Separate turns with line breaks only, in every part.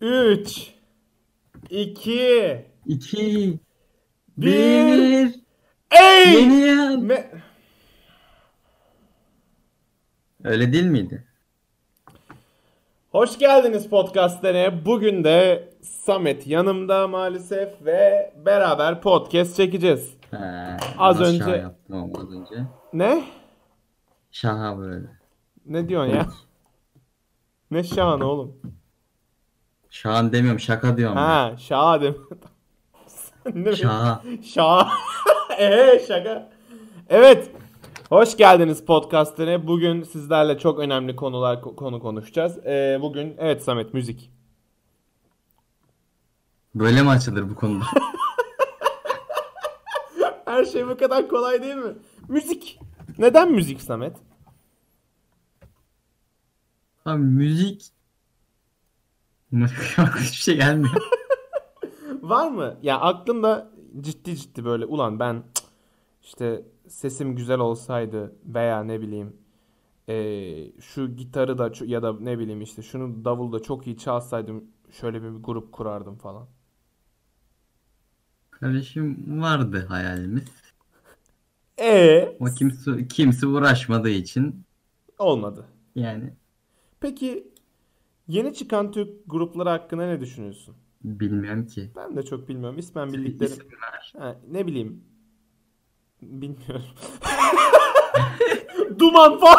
3 2
2
1
1
Ey!
Yeni
Me-
Öyle değil miydi?
Hoş geldiniz podcastlere. Bugün de Samet yanımda maalesef ve beraber podcast çekeceğiz.
Ha,
Az
ama şah
önce-
yaptım ama az önce.
Ne?
Şaha böyle.
Ne diyorsun ya? Ne şahan oğlum?
Şu an demiyorum şaka diyorum. Ha.
Ha, şaha demedim. Sen ne
Şaha.
Şa. Ee, şaka. Evet. Hoş geldiniz podcast'ine. Bugün sizlerle çok önemli konular konu konuşacağız. Ee, bugün evet Samet müzik.
Böyle mi açılır bu konuda?
Her şey bu kadar kolay değil mi? Müzik. Neden müzik Samet?
Abi müzik... Yok hiçbir şey gelmiyor.
Var mı? Ya aklımda ciddi ciddi böyle ulan ben cık, işte sesim güzel olsaydı veya ne bileyim eee, şu gitarı da ço- ya da ne bileyim işte şunu davulu da çok iyi çalsaydım şöyle bir grup kurardım falan.
Kardeşim vardı hayalimiz.
E
Ama kimse, kimse uğraşmadığı için
olmadı.
yani
Peki yeni çıkan Türk grupları hakkında ne düşünüyorsun?
bilmiyorum ki.
Ben de çok bilmiyorum. İsmen bildiklerim.
İsim ver.
Ha, ne bileyim. Bilmiyorum. Duman falan.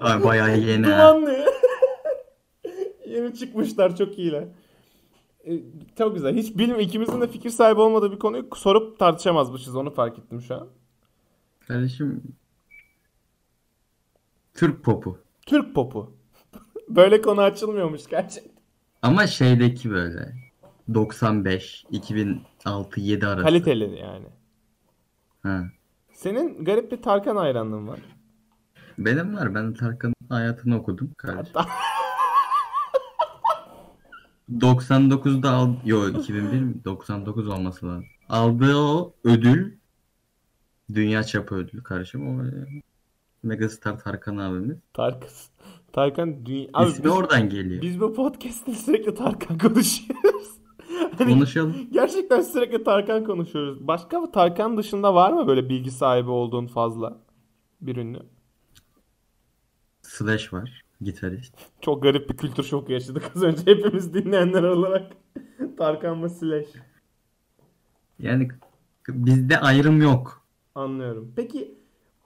Ay bayağı yeni ha.
Duman ne? Yeni çıkmışlar çok iyiler. E, çok güzel. Hiç bilmiyorum. ikimizin de fikir sahibi olmadığı bir konuyu sorup tartışamazmışız. Onu fark ettim şu an.
Kardeşim Türk popu.
Türk popu. Böyle konu açılmıyormuş gerçekten.
Ama şeydeki böyle 95 2006 7 arası.
Kaliteli yani.
Ha.
Senin garip bir Tarkan hayranlığın var.
Benim var. Ben Tarkan'ın hayatını okudum kardeşim. 99'da al yo 2001 mi? 99 olması lazım. Aldığı o ödül dünya çapı ödül kardeşim. O e, Megastar Tarkan abimiz.
Tarkan. Tarkan dünya... Abi
İsmi
biz,
oradan geliyor.
biz bu podcast'te sürekli Tarkan konuşuyoruz. Hani
Konuşalım.
gerçekten sürekli Tarkan konuşuyoruz. Başka bir Tarkan dışında var mı böyle bilgi sahibi olduğun fazla bir ünlü?
Slash var. Gitarist.
Çok garip bir kültür şoku yaşadık az önce hepimiz dinleyenler olarak. Tarkan ve Slash.
Yani bizde ayrım yok.
Anlıyorum. Peki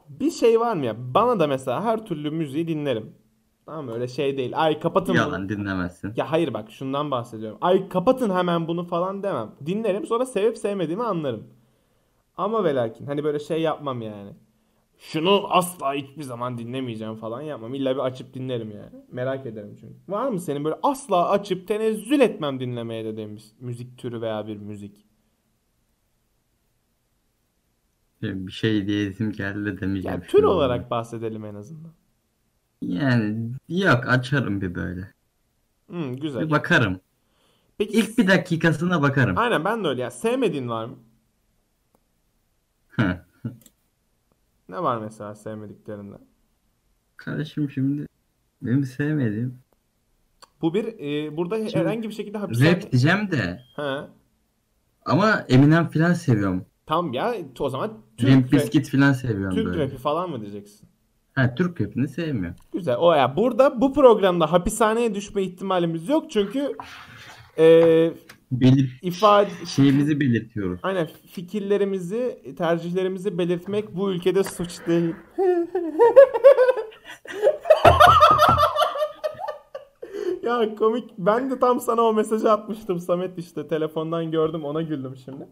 bir şey var mı ya? Bana da mesela her türlü müziği dinlerim. Tamam mı? öyle şey değil. Ay kapatın bunu.
Yalan dinlemezsin.
Ya hayır bak şundan bahsediyorum. Ay kapatın hemen bunu falan demem. Dinlerim sonra sevip sevmediğimi anlarım. Ama ve lakin hani böyle şey yapmam yani. Şunu asla hiçbir zaman dinlemeyeceğim falan yapmam. İlla bir açıp dinlerim yani. Merak ederim çünkü. Var mı senin böyle asla açıp tenezzül etmem dinlemeye dediğin bir müzik türü veya bir müzik?
Bir şey diyesim geldi de demeyeceğim.
Yani tür
şimdi.
olarak bahsedelim en azından.
Yani yok açarım bir böyle.
Hı, Hmm, güzel.
Bir bakarım.
Peki
İlk bir dakikasına bakarım.
aynen ben de öyle ya. Sevmediğin var mı?
Hı.
Ne var mesela sevmediklerinden?
Kardeşim şimdi benim sevmediğim
Bu bir e, burada herhangi bir şekilde hapishane...
rap diyeceğim de
Ha.
ama Eminem filan seviyorum.
Tam ya o zaman
Limp
Türk, rap-
Bizkit filan seviyorum
Türk
böyle.
rapi falan mı diyeceksin?
Ha Türk rapini sevmiyorum.
Güzel. O ya burada bu programda hapishaneye düşme ihtimalimiz yok çünkü e,
Belir
ifade
şeyimizi belirtiyoruz.
aynen fikirlerimizi tercihlerimizi belirtmek bu ülkede suç değil. ya komik. Ben de tam sana o mesajı atmıştım Samet işte telefondan gördüm ona güldüm şimdi.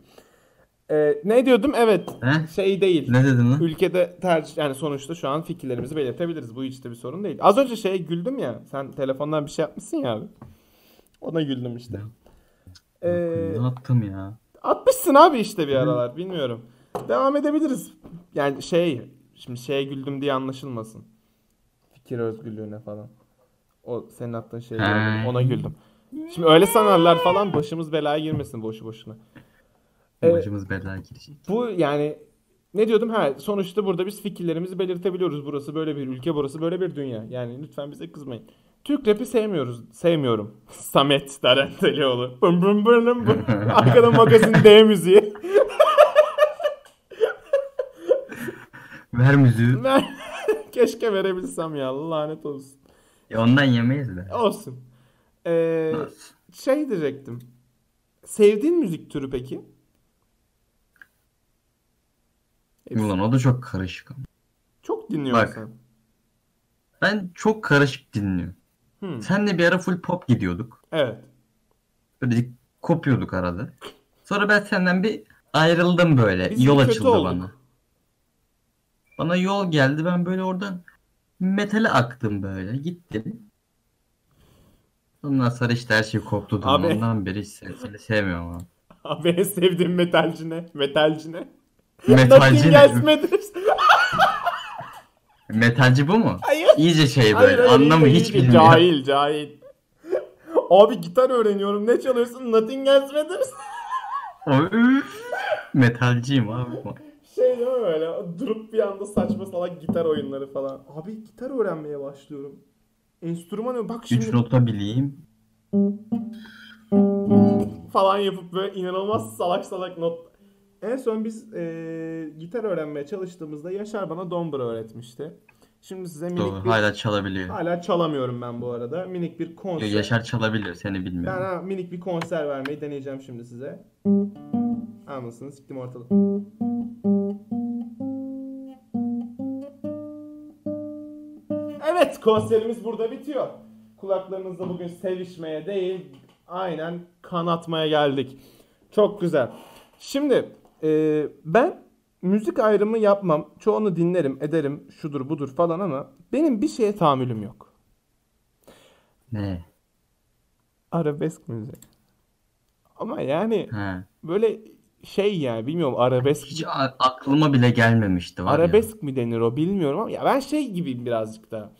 E, ne diyordum? Evet.
He?
Şey değil.
Ne dedin lan?
ülkede tercih yani sonuçta şu an fikirlerimizi belirtebiliriz. Bu hiç de bir sorun değil. Az önce şeye güldüm ya. Sen telefondan bir şey yapmışsın ya abi. Ona güldüm işte. Ee,
Ne yaptım ya?
atmışsın abi işte bir aralar. Bilmiyorum. Devam edebiliriz. Yani şey şimdi şeye güldüm diye anlaşılmasın. Fikir özgürlüğüne falan. O senin attığın şeye
Ha.
güldüm, ona güldüm. Şimdi öyle sanarlar falan başımız belaya girmesin boşu boşuna. Ee,
Başımız belaya girecek.
bu yani ne diyordum? Ha, sonuçta burada biz fikirlerimizi belirtebiliyoruz. Burası böyle bir ülke, burası böyle bir dünya. Yani lütfen bize kızmayın. Türk rap'i sevmiyoruz. Sevmiyorum. Samet Tarantelioğlu. Bım bım bım bım bım. Arkada magazin D müziği.
Ver müziği.
Ben keşke verebilsem ya. Lanet olsun.
E ondan yemeyiz de.
Olsun. Ee, şey diyecektim. Sevdiğin müzik türü peki? Hepsi-
Ulan o da çok karışık. ama.
Çok dinliyorsun
Bak.
sen.
Ben çok karışık dinliyorum.
Hmm,
Senle bir ara full pop gidiyorduk.
Evet.
Böyle kopuyorduk arada. Sonra ben senden bir ayrıldım böyle.
Biz
yol
kötü
açıldı
olduk.
bana. Bana yol geldi. Ben böyle oradan metale aktım böyle. Gittim. Ondan sonra işte her şey koptu.
Abi-
Ondan beri hiç seni, seni sevmiyorum abi.
Abi en sevdiğim metalci ne? Metalci ne?
Metalci
Nothing
ne?
Else Matters.
Metalci bu mu?
Hayır.
İyice şey
Hayır,
böyle.
hayır,
Anlamı
iyi
hiç
değil,
bilmiyor.
Cahil cahil. Abi gitar öğreniyorum. Ne çalıyorsun? Nothing Else Matters.
Öf! Metalciyim abi.
Şey değil mi böyle? Durup bir anda saçma salak gitar oyunları falan. Abi gitar öğrenmeye başlıyorum. Enstrüman bak şimdi
3 nota bileyim.
falan yapıp böyle inanılmaz salak salak not. En son biz eee, gitar öğrenmeye çalıştığımızda Yaşar bana dombra öğretmişti. Şimdi size minik
Doğru.
bir...
Hala çalabiliyor.
Hala çalamıyorum ben bu arada. Minik bir konser.
Yaşar çalabiliyor. Seni
Ben
bilmiyorum.
ha, minik bir konser vermeyi deneyeceğim şimdi size. Anlasın siktim ortalık. Evet konserimiz burada bitiyor. Kulaklarınızda bugün sevişmeye değil aynen kanatmaya geldik. Çok güzel. Şimdi e, ben müzik ayrımı yapmam. Çoğunu dinlerim ederim şudur budur falan ama benim bir şeye tahammülüm yok.
Ne?
Arabesk müzik. Ama yani
Ha.
böyle şey yani bilmiyorum arabesk
Hiç a- aklıma bile gelmemişti var ya.
arabesk mi denir o bilmiyorum ama ya ben şey gibiyim birazcık da.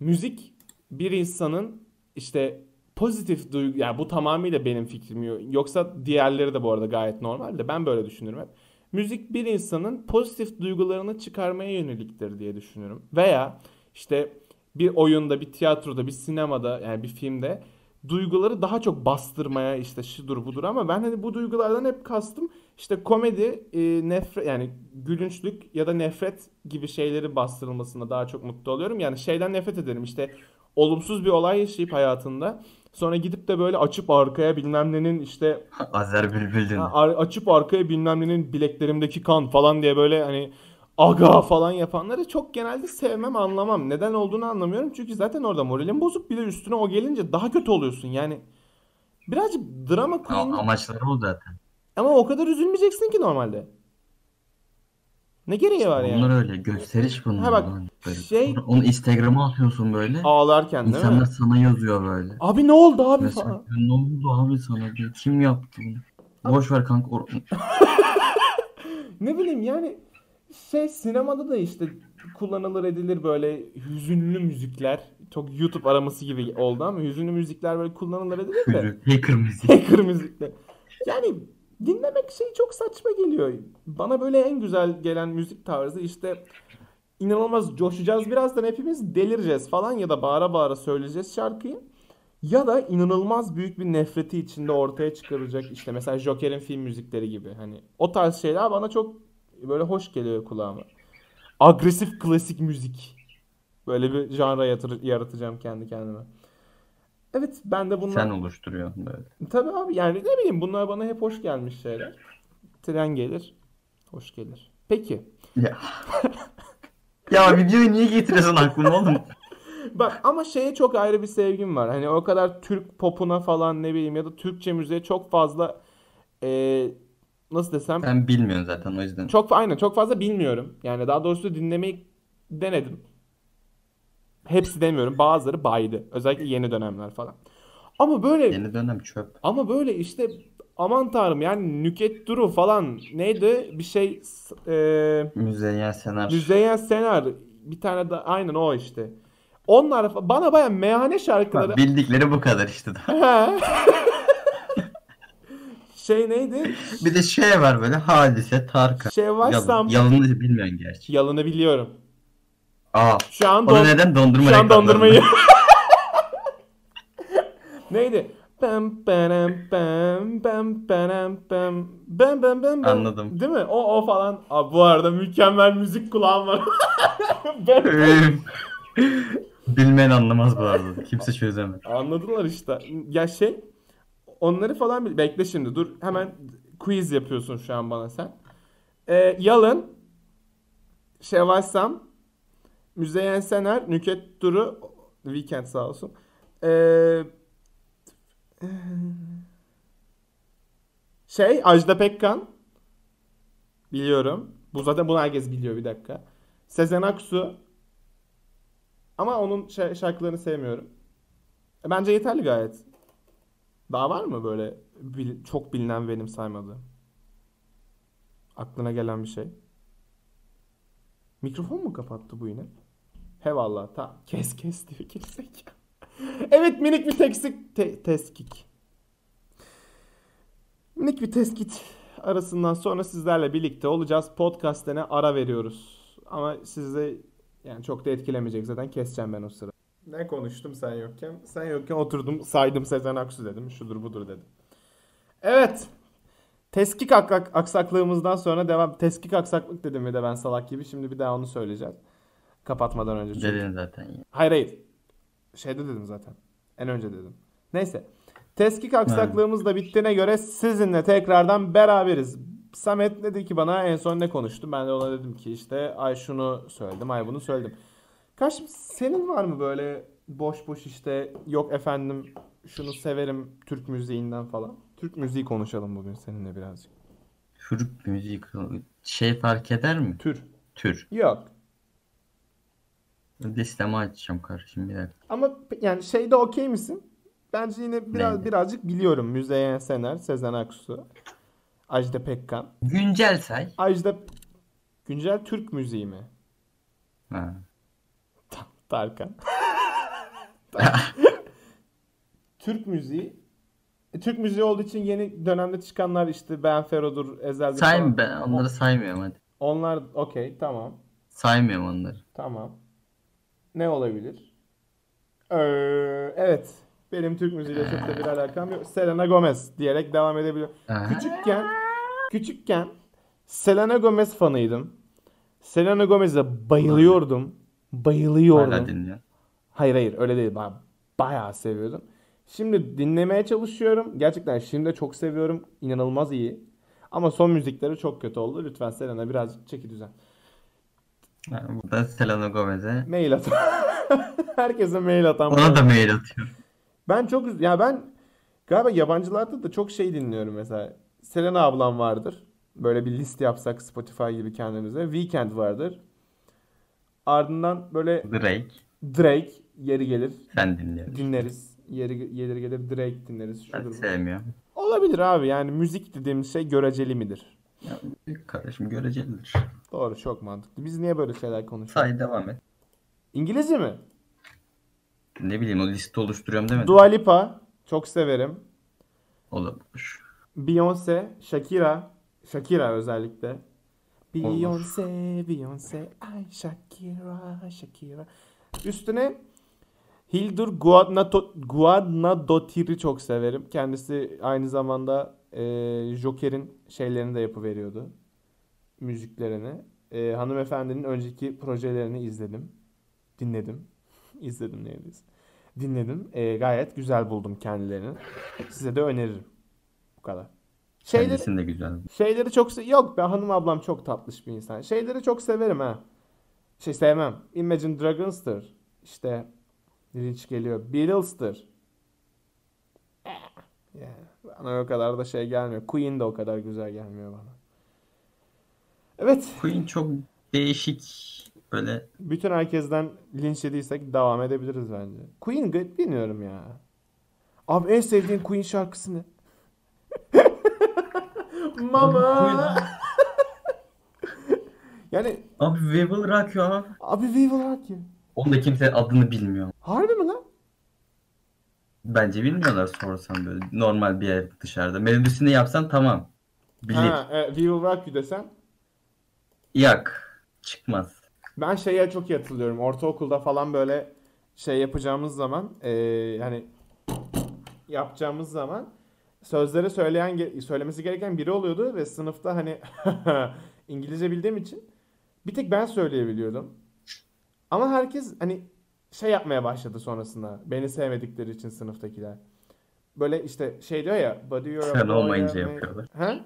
Müzik bir insanın işte pozitif duygu yani bu tamamıyla benim fikrim yo- yoksa diğerleri de bu arada gayet normal de ben böyle düşünürüm hep. Müzik bir insanın pozitif duygularını çıkarmaya yöneliktir diye düşünürüm. Veya işte bir oyunda, bir tiyatroda, bir sinemada yani bir filmde duyguları daha çok bastırmaya işte şudur budur ama ben hani bu duygulardan hep kastım işte komedi, e, nefret yani gülünçlük ya da nefret gibi şeyleri bastırılmasına daha çok mutlu oluyorum. Yani şeyden nefret ederim işte olumsuz bir olay yaşayıp hayatında sonra gidip de böyle açıp arkaya bilmem nenin işte
Azer Bülbül dinle.
Ha, ar- açıp arkaya bilmem nenin bileklerimdeki kan falan diye böyle hani aga falan yapanları çok genelde sevmem anlamam. Neden olduğunu anlamıyorum. Çünkü zaten orada moralim bozuk. Bir de üstüne o gelince daha kötü oluyorsun. Yani birazcık drama
A-
queen
Amaçları o zaten.
ama o kadar üzülmeyeceksin ki normalde. Ne gereği var yani?
Bunlar öyle. Gösteriş bunlar.
Ha bak,
lan. Böyle.
şey-
Sonra Onu Instagram'a atıyorsun böyle.
Ağlarken değil
İnsanlar
mi?
sana yazıyor böyle.
Abi ne oldu abi
Mesela
falan.
ne oldu abi sana diyor. Kim yaptı bunu? Boş ver kanka. or-
Ne bileyim yani şey sinemada da işte kullanılır edilir böyle hüzünlü müzikler. Çok YouTube araması gibi oldu ama hüzünlü müzikler böyle kullanılır edilir de.
Yürü, Hacker müziği.
Hacker müzikler. Yani dinlemek şey çok saçma geliyor. Bana böyle en güzel gelen müzik tarzı işte inanılmaz coşacağız birazdan hepimiz delireceğiz falan ya da bağıra bağıra söyleyeceğiz şarkıyı. Ya da inanılmaz büyük bir nefreti içinde ortaya çıkaracak işte mesela Joker'in film müzikleri gibi hani o tarz şeyler bana çok böyle hoş geliyor kulağıma. Agresif klasik müzik. Böyle bir janra yatır- yaratacağım kendi kendime. Evet ben de bunlar...
Sen oluşturuyorsun böyle.
Tabii abi yani ne bileyim bunlar bana hep hoş gelmiş şeyler. Tren gelir, hoş gelir. Peki.
Ya. ya videoyu niye getiriyorsun aklıma oğlum?
Bak ama şeye çok ayrı bir sevgim var. Hani o kadar Türk popuna falan ne bileyim ya da Türkçe müziğe çok fazla eee, nasıl desem
Sen bilmiyorsun zaten o yüzden.
çok aynen çok fazla bilmiyorum. Yani daha doğrusu dinlemeyi denedim. Hepsi demiyorum. Bazıları baydı. Özellikle yeni dönemler falan. Ama böyle
Yeni dönem çöp.
Ama böyle işte aman tanrım yani Nüket Duru falan neydi bir şey s- e,
Müzeyyen Senar.
Müzeyyen Senar bir tane de aynen o işte. Onlar fa- bana baya meyhane şarkıları
Bak, bildikleri bu kadar işte.
He. şey neydi?
bir de şey var böyle hadise Tarkan.
Şevval
Yalın,
Sam
yalını bilmiyorsun gerçi.
yalını biliyorum.
Aa.
Şu an
Onu
don-
neden dondurma
şu an
reklamlarında?
dondurmayı Neydi? Bam bam bam bam bam bam bam bam bam bam.
Anladım.
Değil mi? O o falan. Abi bu arada mükemmel müzik kulağım var. ben...
Bilmeyen anlamaz bu arada. Kimse çözemez.
Anladılar işte. Ya şey onları falan bil- bekle şimdi dur hemen quiz yapıyorsun şu an bana sen. Ee, Yalın, Şevval Sam, Müzeyyen Sener, Nüket Duru, Weekend sağ olsun. Ee, şey Ajda Pekkan biliyorum. Bu zaten bunu herkes biliyor bir dakika. Sezen Aksu ama onun şa- şarkılarını sevmiyorum. E, Bence yeterli gayet. Daha var mı böyle bil- çok bilinen benim saymadığım? Aklına gelen bir şey. Mikrofon mu kapattı bu yine? He valla ta kes kes diyor gerizekalı. evet minik bir teksik te- teskik. Minik bir teskit arasından sonra sizlerle birlikte olacağız. Podcast'ine ara veriyoruz. Ama sizi yani çok da etkilemeyecek zaten keseceğim ben o sıra. Ne konuştum sen yokken? Sen yokken oturdum saydım Sezen Aksu dedim. Şudur budur dedim. Evet. Teskik aksak- aksaklığımızdan sonra devam. Teskik aksaklık dedim bir de ben salak gibi. Şimdi bir daha onu söyleyeceğim. Kapatmadan önce. çünkü.
Dedin zaten ya.
Hayır hayır. Şeyde dedim zaten. En önce dedim. Neyse. Teskik aksaklığımız da bittiğine göre sizinle tekrardan beraberiz. Samet dedi ki bana en son ne konuştum? Ben de ona dedim ki işte ay şunu söyledim, ay bunu söyledim. Kaşım senin var mı böyle boş boş işte yok efendim şunu severim Türk müziğinden falan. Türk müziği konuşalım bugün seninle birazcık.
Türk müziği şey fark eder mi?
Tür.
Tür.
Yok.
Listemi açacağım kardeşim bir dakika.
Ama p- yani şeyde okey misin? Bence yine biraz
Neydi?
birazcık biliyorum. Müzeyyen Sener, Sezen Aksu, Ajda Pekkan.
Güncel say.
Ajda güncel Türk müziği mi?
Ha.
Ta- Tarkan. Tar- Türk müziği. E, Türk müziği olduğu için yeni dönemde çıkanlar işte Ben Fero'dur, Ezel'dir
Say
falan.
ben onları saymıyorum hadi.
Onlar okey tamam.
Saymıyorum onları.
Tamam. Ne olabilir? Ee, evet. Benim Türk müziğiyle çok da bir alakam yok. Selena Gomez diyerek devam edebilirim.
Aha.
Küçükken küçükken Selena Gomez fanıydım. Selena Gomez'e bayılıyordum.
Hala
Bayılıyordum.
dinliyorum.
Hayır hayır öyle değil. Ben bayağı seviyordum. Şimdi dinlemeye çalışıyorum. Gerçekten şimdi de çok seviyorum. İnanılmaz iyi. Ama son müzikleri çok kötü oldu. Lütfen Selena birazcık çeki düzen.
Ha, Buradan Selena Gomez'e.
Mail at. Herkese mail atan.
Ona da mail atıyorum.
Ben çok üz- ya ben galiba yabancılarda da çok şey dinliyorum mesela. Selena ablam vardır. Böyle bir liste yapsak Spotify gibi kendimize. Weekend vardır. Ardından böyle
Drake.
Drake yeri gelir
Sen dinliyorsun.
dinleriz. Yeri gelir gelir Drake dinleriz.
Ben
Şudur. bu.
sevmiyorum.
Olabilir abi yani müzik dediğimiz şey göreceli midir?
Ya, büyük kardeşim görecelidir.
Doğru çok mantıklı. Biz niye böyle şeyler konuşuyoruz?
Say devam et.
İngilizce mi?
Ne bileyim o liste oluşturuyorum demedim.
Dua Lipa çok severim.
Olabilir.
Beyoncé, Shakira, Shakira özellikle. Beyoncé, Beyoncé, ay Shakira, Shakira. Üstüne Hildur Guadnato- Guadagnotir'i çok severim. Kendisi aynı zamanda e, Joker'in şeylerini de yapıveriyordu. Müziklerini. E, hanımefendinin önceki projelerini izledim. Dinledim. izledim neydiyiz. Dinledim. E, gayet güzel buldum kendilerini. Size de öneririm. Bu kadar. Şeyleri,
Kendisini de güzel.
Şeyleri çok se- yok be hanım ablam çok tatlış bir insan. Şeyleri çok severim ha. Şey sevmem. Imagine Dragons'tır. İşte Lynch geliyor. Beatles'tır. Eh, Yani bana o kadar da şey gelmiyor. Queen de o kadar güzel gelmiyor bana. Evet.
Queen çok değişik böyle
Bütün herkesten linç yediysek devam edebiliriz bence. Queen gı- bilmiyorum ya. Abi en sevdiğin Queen şarkısı ne? Mama. yani
Abi We Will Rock You abi.
abi We Will Rock You.
Onu da kimse adını bilmiyor.
Harbi mi lan?
Bence bilmiyorlar sorsam böyle normal bir yer dışarıda. Melodisini yapsan tamam. Bilir.
Ha, e, We Will Rock You desen.
Yak. Çıkmaz.
Ben şeye çok iyi hatırlıyorum. Ortaokulda falan böyle şey yapacağımız zaman e, yani yapacağımız zaman sözleri söyleyen ge- söylemesi gereken biri oluyordu ve sınıfta hani İngilizce bildiğim için bir tek ben söyleyebiliyordum. Ama herkes hani şey yapmaya başladı sonrasında. Beni sevmedikleri için sınıftakiler. Böyle işte şey diyor ya, "Buddy you're a
Sen
boy
olmayınca
and a-"
yapıyorlar.
Ha?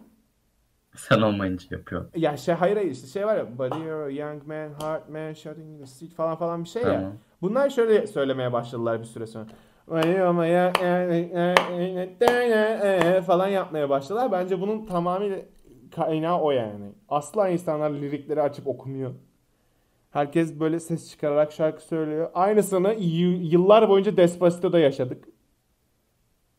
Sen olmayınca yapıyor.
Ya şey hayır hayır işte şey var ya Buddy you're a young man, hard man, shouting in the street falan falan bir şey ya.
Tamam.
Bunlar şöyle söylemeye başladılar bir süre sonra. falan yapmaya başladılar. Bence bunun tamamıyla kaynağı o yani. Asla insanlar lirikleri açıp okumuyor. Herkes böyle ses çıkararak şarkı söylüyor. Aynısını y- yıllar boyunca Despacito'da yaşadık.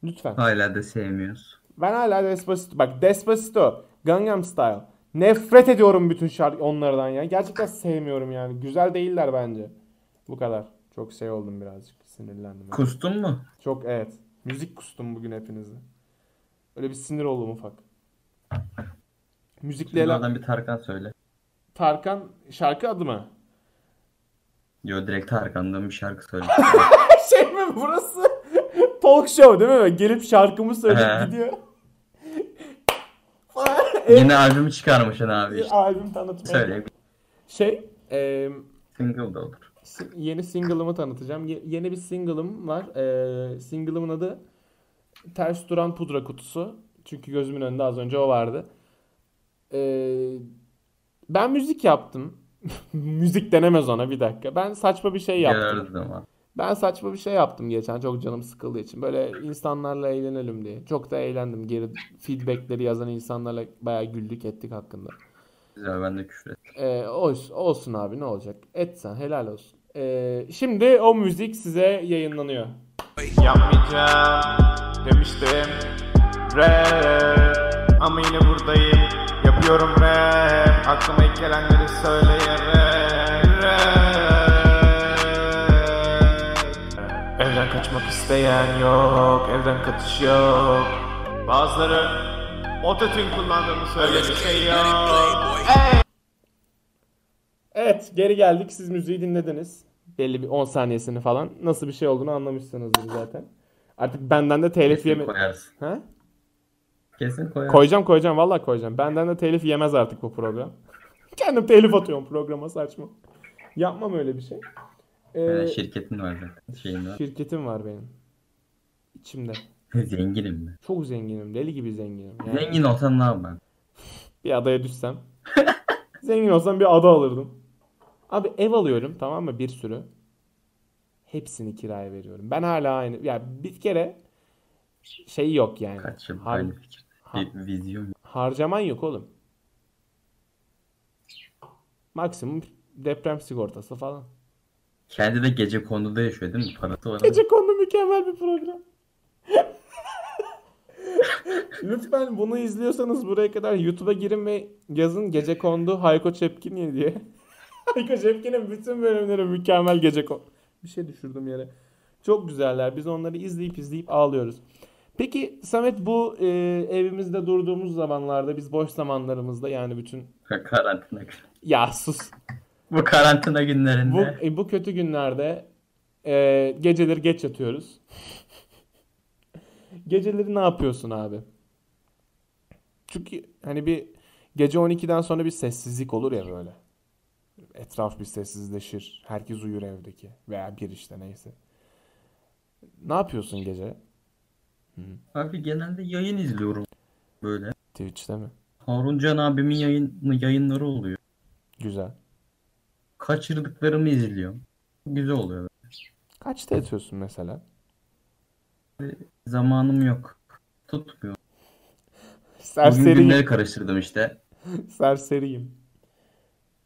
Lütfen.
Hala da sevmiyoruz.
Ben hala Despacito. Bak Despacito, Gangnam Style. Nefret ediyorum bütün şarkı onlardan ya. Gerçekten sevmiyorum yani. Güzel değiller bence. Bu kadar. Çok şey oldum birazcık. Sinirlendim.
Kustun mu?
Çok evet. Müzik kustum bugün hepinizi. Öyle bir sinir oldum ufak. Müzikle ele-
Oradan bir Tarkan söyle.
Tarkan şarkı adı mı?
Yo direkt Tarkan'dan bir şarkı söyle.
şey mi burası? Talk show değil mi? Gelip şarkımı
He.
söyleyip gidiyor. E,
Yeni albümü çıkarmışsın abi işte.
Albüm tanıtmaya.
Söyle.
Şey, eee
Single da olur.
Si- Yeni single'ımı tanıtacağım. Ye- yeni bir single'ım var. Ee, single'ımın adı Ters Duran Pudra Kutusu. Çünkü gözümün önünde az önce o vardı. Ee, ben müzik yaptım. müzik denemez ona bir dakika. Ben saçma bir şey yaptım.
Yararız ama.
Ben saçma bir şey yaptım geçen çok canım sıkıldığı için. Böyle insanlarla eğlenelim diye. Çok da eğlendim. Geri feedbackleri yazan insanlarla bayağı güldük ettik hakkında.
Güzel ben de küfür ettim.
Ee, olsun, olsun abi ne olacak? Etsen helal olsun. Ee, şimdi o müzik size yayınlanıyor.
Yapmayacağım demiştim Rap Ama yine buradayım Yapıyorum rap Aklıma ilk gelenleri söyleyerek Rap Evden kaçmak isteyen yok Evden kaçış yok Bazıları Ototune kullandığımı söylemiş şey yok
Evet geri geldik siz müziği dinlediniz. Belli bir 10 saniyesini falan. Nasıl bir şey olduğunu anlamışsınızdır zaten. Artık benden de telif
Kesin
yeme...
koyarsın.
Ha?
Kesin koyarsın.
Koyacağım koyacağım vallahi koyacağım. Benden de telif yemez artık bu program. Kendim telif atıyorum programa saçma. Yapmam öyle bir şey. Ee,
Ee, şirketin var zaten. Şeyin var.
şirketim var benim. İçimde.
Zenginim ben.
Çok zenginim. Deli gibi zenginim. Yani-
Zengin olsan ne yapardın?
Bir adaya düşsem. Zengin olsam bir ada alırdım. Abi ev alıyorum tamam mı bir sürü. Hepsini kiraya veriyorum. Ben hala aynı. Ya bir kere şey yok yani.
Kaç yıl
Har-
aynı fikir. Bir vizyon.
harcaman yok oğlum. Maksimum deprem sigortası falan.
Kendi de gece konuda yaşıyor değil mi? Parası var. ama.
Gece konu mükemmel bir program. Lütfen bunu izliyorsanız buraya kadar YouTube'a girin ve yazın Gece Kondu Hayko Çepkin diye. Hayko Çepkin'in bütün bölümleri mükemmel Gece Kondu. Bir şey düşürdüm yere. Çok güzeller. Biz onları izleyip izleyip ağlıyoruz. Peki Samet bu e, evimizde durduğumuz zamanlarda biz boş zamanlarımızda yani bütün
karantina günü.
ya sus
Bu karantina günlerinde.
bu, e, bu kötü günlerde e, geceleri geç yatıyoruz. geceleri ne yapıyorsun abi? Çünkü hani bir gece 12'den sonra bir sessizlik olur ya böyle. Etraf bir sessizleşir. Herkes uyur evdeki. Veya bir işte neyse. Ne yapıyorsun gece?
Abi genelde yayın izliyorum. Böyle.
Twitch'te mi?
Harun Can abimin yayın, yayınları oluyor.
Güzel.
Kaçırdıklarımı izliyorum. Güzel oluyor.
Kaçta yatıyorsun mesela?
Zamanım yok. Tutmuyor. Bugün günleri
Serseriyim.
karıştırdım işte.
Serseriyim.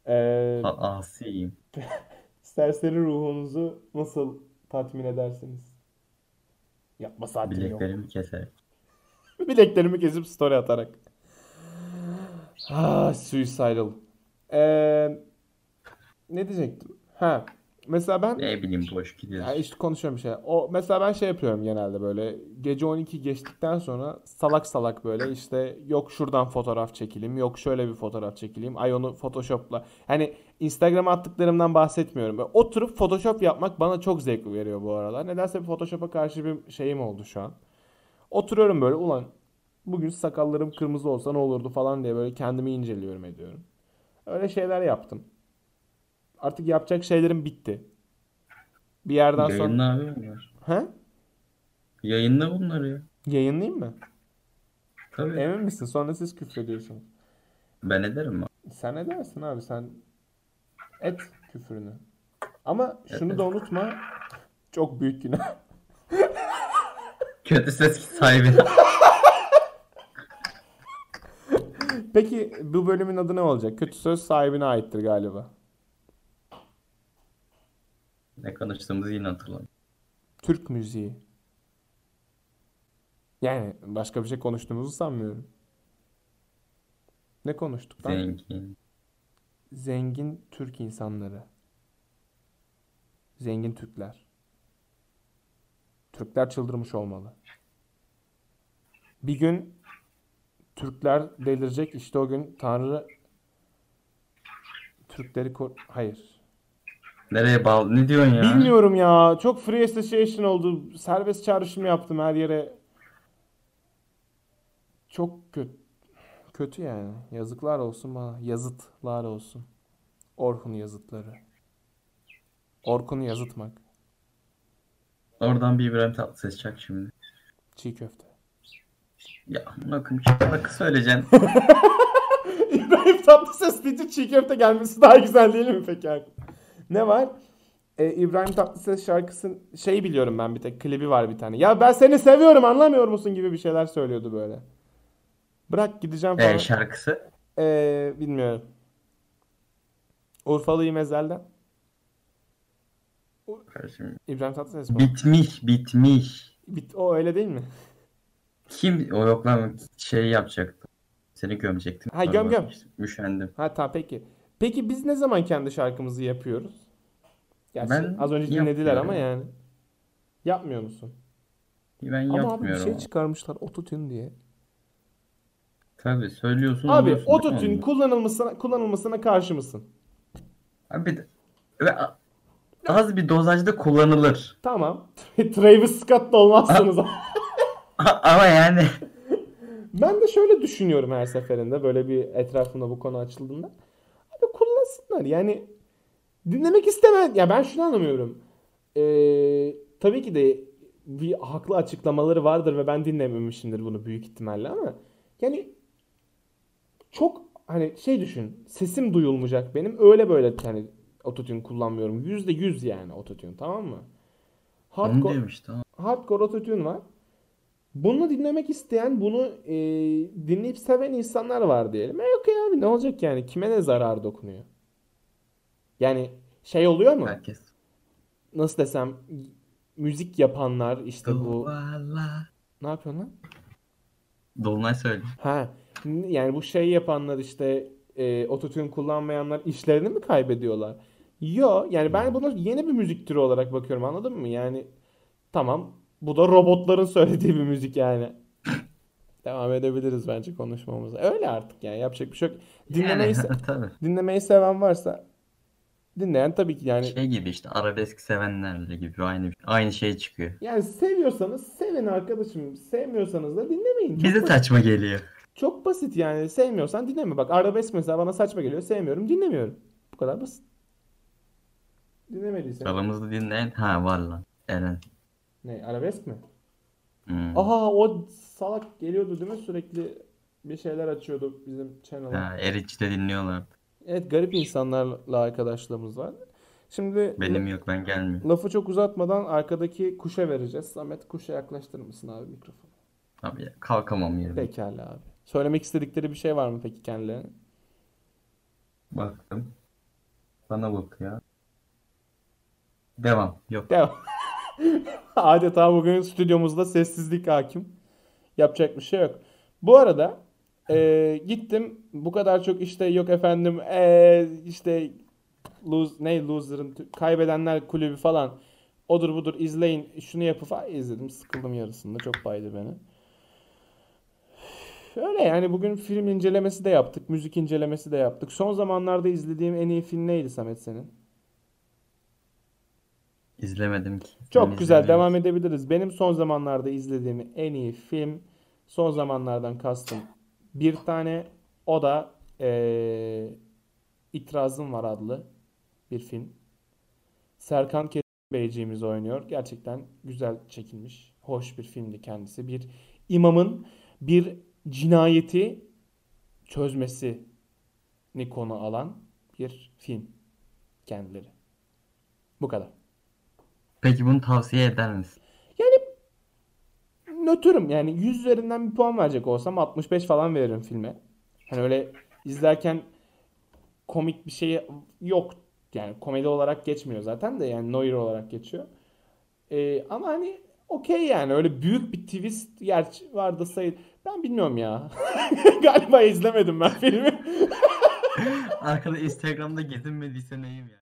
Ee,
A- Asiyim.
Serseri ruhunuzu nasıl tatmin edersiniz? Yapma saatim yok.
Bileklerimi keser.
Bileklerimi gezip story atarak. Ah, suicidal. Ee, ne diyecektim? Ha, mesela ben
Ne bileyim boş gidiyoruz.
ya işte konuşuyorum bir şey. O mesela ben şey yapıyorum genelde böyle gece 12 geçtikten sonra salak salak böyle işte yok şuradan fotoğraf çekileyim, yok şöyle bir fotoğraf çekileyim. Ay onu Photoshop'la. Hani Instagram'a attıklarımdan bahsetmiyorum. Böyle oturup Photoshop yapmak bana çok zevk veriyor bu aralar. Nedense bir Photoshop'a karşı bir şeyim oldu şu an. Oturuyorum böyle ulan bugün sakallarım kırmızı olsa ne olurdu falan diye böyle kendimi inceliyorum ediyorum. Öyle şeyler yaptım. Artık yapacak şeylerim bitti. Bir yerden sonra...
Yayınla abi bunlar.
He?
Yayınla bunları ya.
Yayınlayayım mı?
Tabii.
Emin misin? Sonra siz küfrediyorsunuz.
Ben ederim. abi.
Sen edersin abi sen et küfrünü. Ama şunu da unutma. Çok büyük günah.
Kötü ses sahibi.
Peki bu bölümün adı ne olacak? Kötü söz sahibine aittir galiba.
ne konuştuğumuzu yine hatırlamıyorum.
Türk müziği. Yani başka bir şey konuştuğumuzu sanmıyorum. Ne konuştuk lan?
Zengin.
Zengin Türk insanları. Zengin Türkler. Türkler çıldırmış olmalı. Bir gün Türkler delirecek. İşte o gün Tanrı Türkleri kor... Hayır.
Nereye bağlı? Ne diyorsun ya?
Bilmiyorum ya. Çok free association oldu. Serbest çağrışım yaptım her yere. Çok kötü. Kötü yani. Yazıklar olsun bana. Yazıtlar olsun. Orhun yazıtları. Orkun'u yazıtmak.
Oradan bir İbrahim Tatlıses çak şimdi.
Çiğ köfte.
Ya bakın şarkı söyleyeceksin.
İbrahim Tatlıses deyince çiğ köfte gelmesi daha güzel değil mi peki? abi? Ne var? Ee, İbrahim Tatlıses şarkısının şey biliyorum ben bir tek klibi var bir tane. Ya ben seni seviyorum anlamıyor musun gibi bir şeyler söylüyordu böyle. Bırak gideceğim falan.
e, şarkısı.
Ee, bilmiyorum. Urfalıyım ezelden.
Kardeşim,
İbrahim Tatlıses mi?
Bitmiş bitmiş.
Bit o öyle değil mi?
Kim o yok lan şey yapacaktı. Seni gömecektim.
Ha, göm, göm.
Üşendim.
Ha tamam peki. Peki biz ne zaman kendi şarkımızı yapıyoruz? Gerçi
Ben
az önce dinlediler ama
yapmıyorum.
yani. Yapmıyor musun?
Ben
Ama abi bir
yapmıyorum.
şey çıkarmışlar ototune diye.
Tabii söylüyorsun.
Abi
oluyorsun, tamam
ototune
mı?
kullanılmasına kullanılmasına karşı mısın?
Abi de- ve a- az bir dozajda kullanılır.
Tamam. Travis Scott'la olmazsınız.
Ama yani
Ben de şöyle düşünüyorum her seferinde böyle bir etrafımda bu konu açıldığında. Abi kullansınlar yani dinlemek istemez. Ya ben şunu anlamıyorum. Ee, tabii ki de bir haklı açıklamaları vardır ve ben dinlememişimdir bunu büyük ihtimalle ama yani çok hani şey düşün sesim duyulmayacak benim öyle böyle hani ototune kullanmıyorum yüzde yüz yani ototune tamam mı?
onu diyorum işte. ama
hardcore autotune var. Bunu dinlemek isteyen, bunu e, dinleyip seven insanlar var diyelim. E okey abi ne olacak yani? Kime ne zarar dokunuyor? Yani şey oluyor mu?
Herkes.
Nasıl desem müzik yapanlar işte bu...
Duvarlar.
Ne yapıyorsun lan?
Dolunay söyle.
Ha yani bu şey yapanlar işte e, ototune kullanmayanlar işlerini mi kaybediyorlar? Yo yani
Hmm.
ben buna yeni bir müzik türü olarak bakıyorum anladın mı? Yani tamam bu da robotların söylediği bir müzik yani. Devam edebiliriz bence konuşmamıza. Öyle artık yani yapacak bir şey yok. Dinlemeyi,
Yani,
se-
tabii.
dinlemeyi seven varsa dinleyen tabii ki yani
Şey gibi işte arabesk sevenlerle gibi aynı aynı şey çıkıyor.
yani seviyorsanız sevin arkadaşım. Sevmiyorsanız da dinlemeyin. Çok
Bize
basit.
saçma geliyor.
Çok basit yani. Sevmiyorsan dinleme. Bak arabesk mesela bana saçma geliyor. Sevmiyorum, dinlemiyorum. Bu kadar basit. Dinlemediysen.
Çalımızı dinleyen ha var lan. Eren.
Ne arabesk mi?
Hmm.
Aha o salak geliyordu değil mi? Sürekli bir şeyler açıyordu bizim channel'a.
Ha, Eriç'i de dinliyorlar.
Evet garip insanlarla arkadaşlığımız var. Şimdi
Benim yok ben gelmiyorum.
lafı çok uzatmadan arkadaki kuşa vereceğiz. Samet kuşa yaklaştırır mısın abi mikrofonu?
Abi ya, kalkamam yerine.
Pekala abi. Söylemek istedikleri bir şey var mı peki kendilerine?
Baktım. Bana bak ya. Devam. Yok.
Devam. Adeta bugün stüdyomuzda sessizlik hakim. Yapacak bir şey yok. Bu arada e, gittim bu kadar çok işte yok efendim e, işte lose, ne loser'ın kaybedenler kulübü falan odur budur izleyin şunu yapı falan izledim sıkıldım yarısında çok baydı beni. Öyle yani bugün film incelemesi de yaptık, müzik incelemesi de yaptık. Son zamanlarda izlediğim en iyi film neydi Samet senin?
İzlemedim ki.
Çok
Ben
güzel
izlemedim.
devam edebiliriz. Benim son zamanlarda izlediğim en iyi film son zamanlardan kastım bir tane o da eee İtirazım Var adlı bir film. Serkan Kesin Beyciğimiz oynuyor. Gerçekten güzel çekilmiş. Hoş bir filmdi kendisi. Bir imamın bir cinayeti çözmesini konu alan bir film kendileri. Bu kadar.
Peki bunu tavsiye eder misin?
nötrüm yani 100 üzerinden bir puan verecek olsam 65 falan veririm filme. Hani öyle izlerken komik bir şey yok. Yani komedi olarak geçmiyor zaten de yani Noir olarak geçiyor. Ee, ama hani okey yani öyle büyük bir twist gerçi vardı sayı. Ben bilmiyorum ya. Galiba izlemedim ben filmi.
Arkada Instagram'da gezinmediyse neyim ya?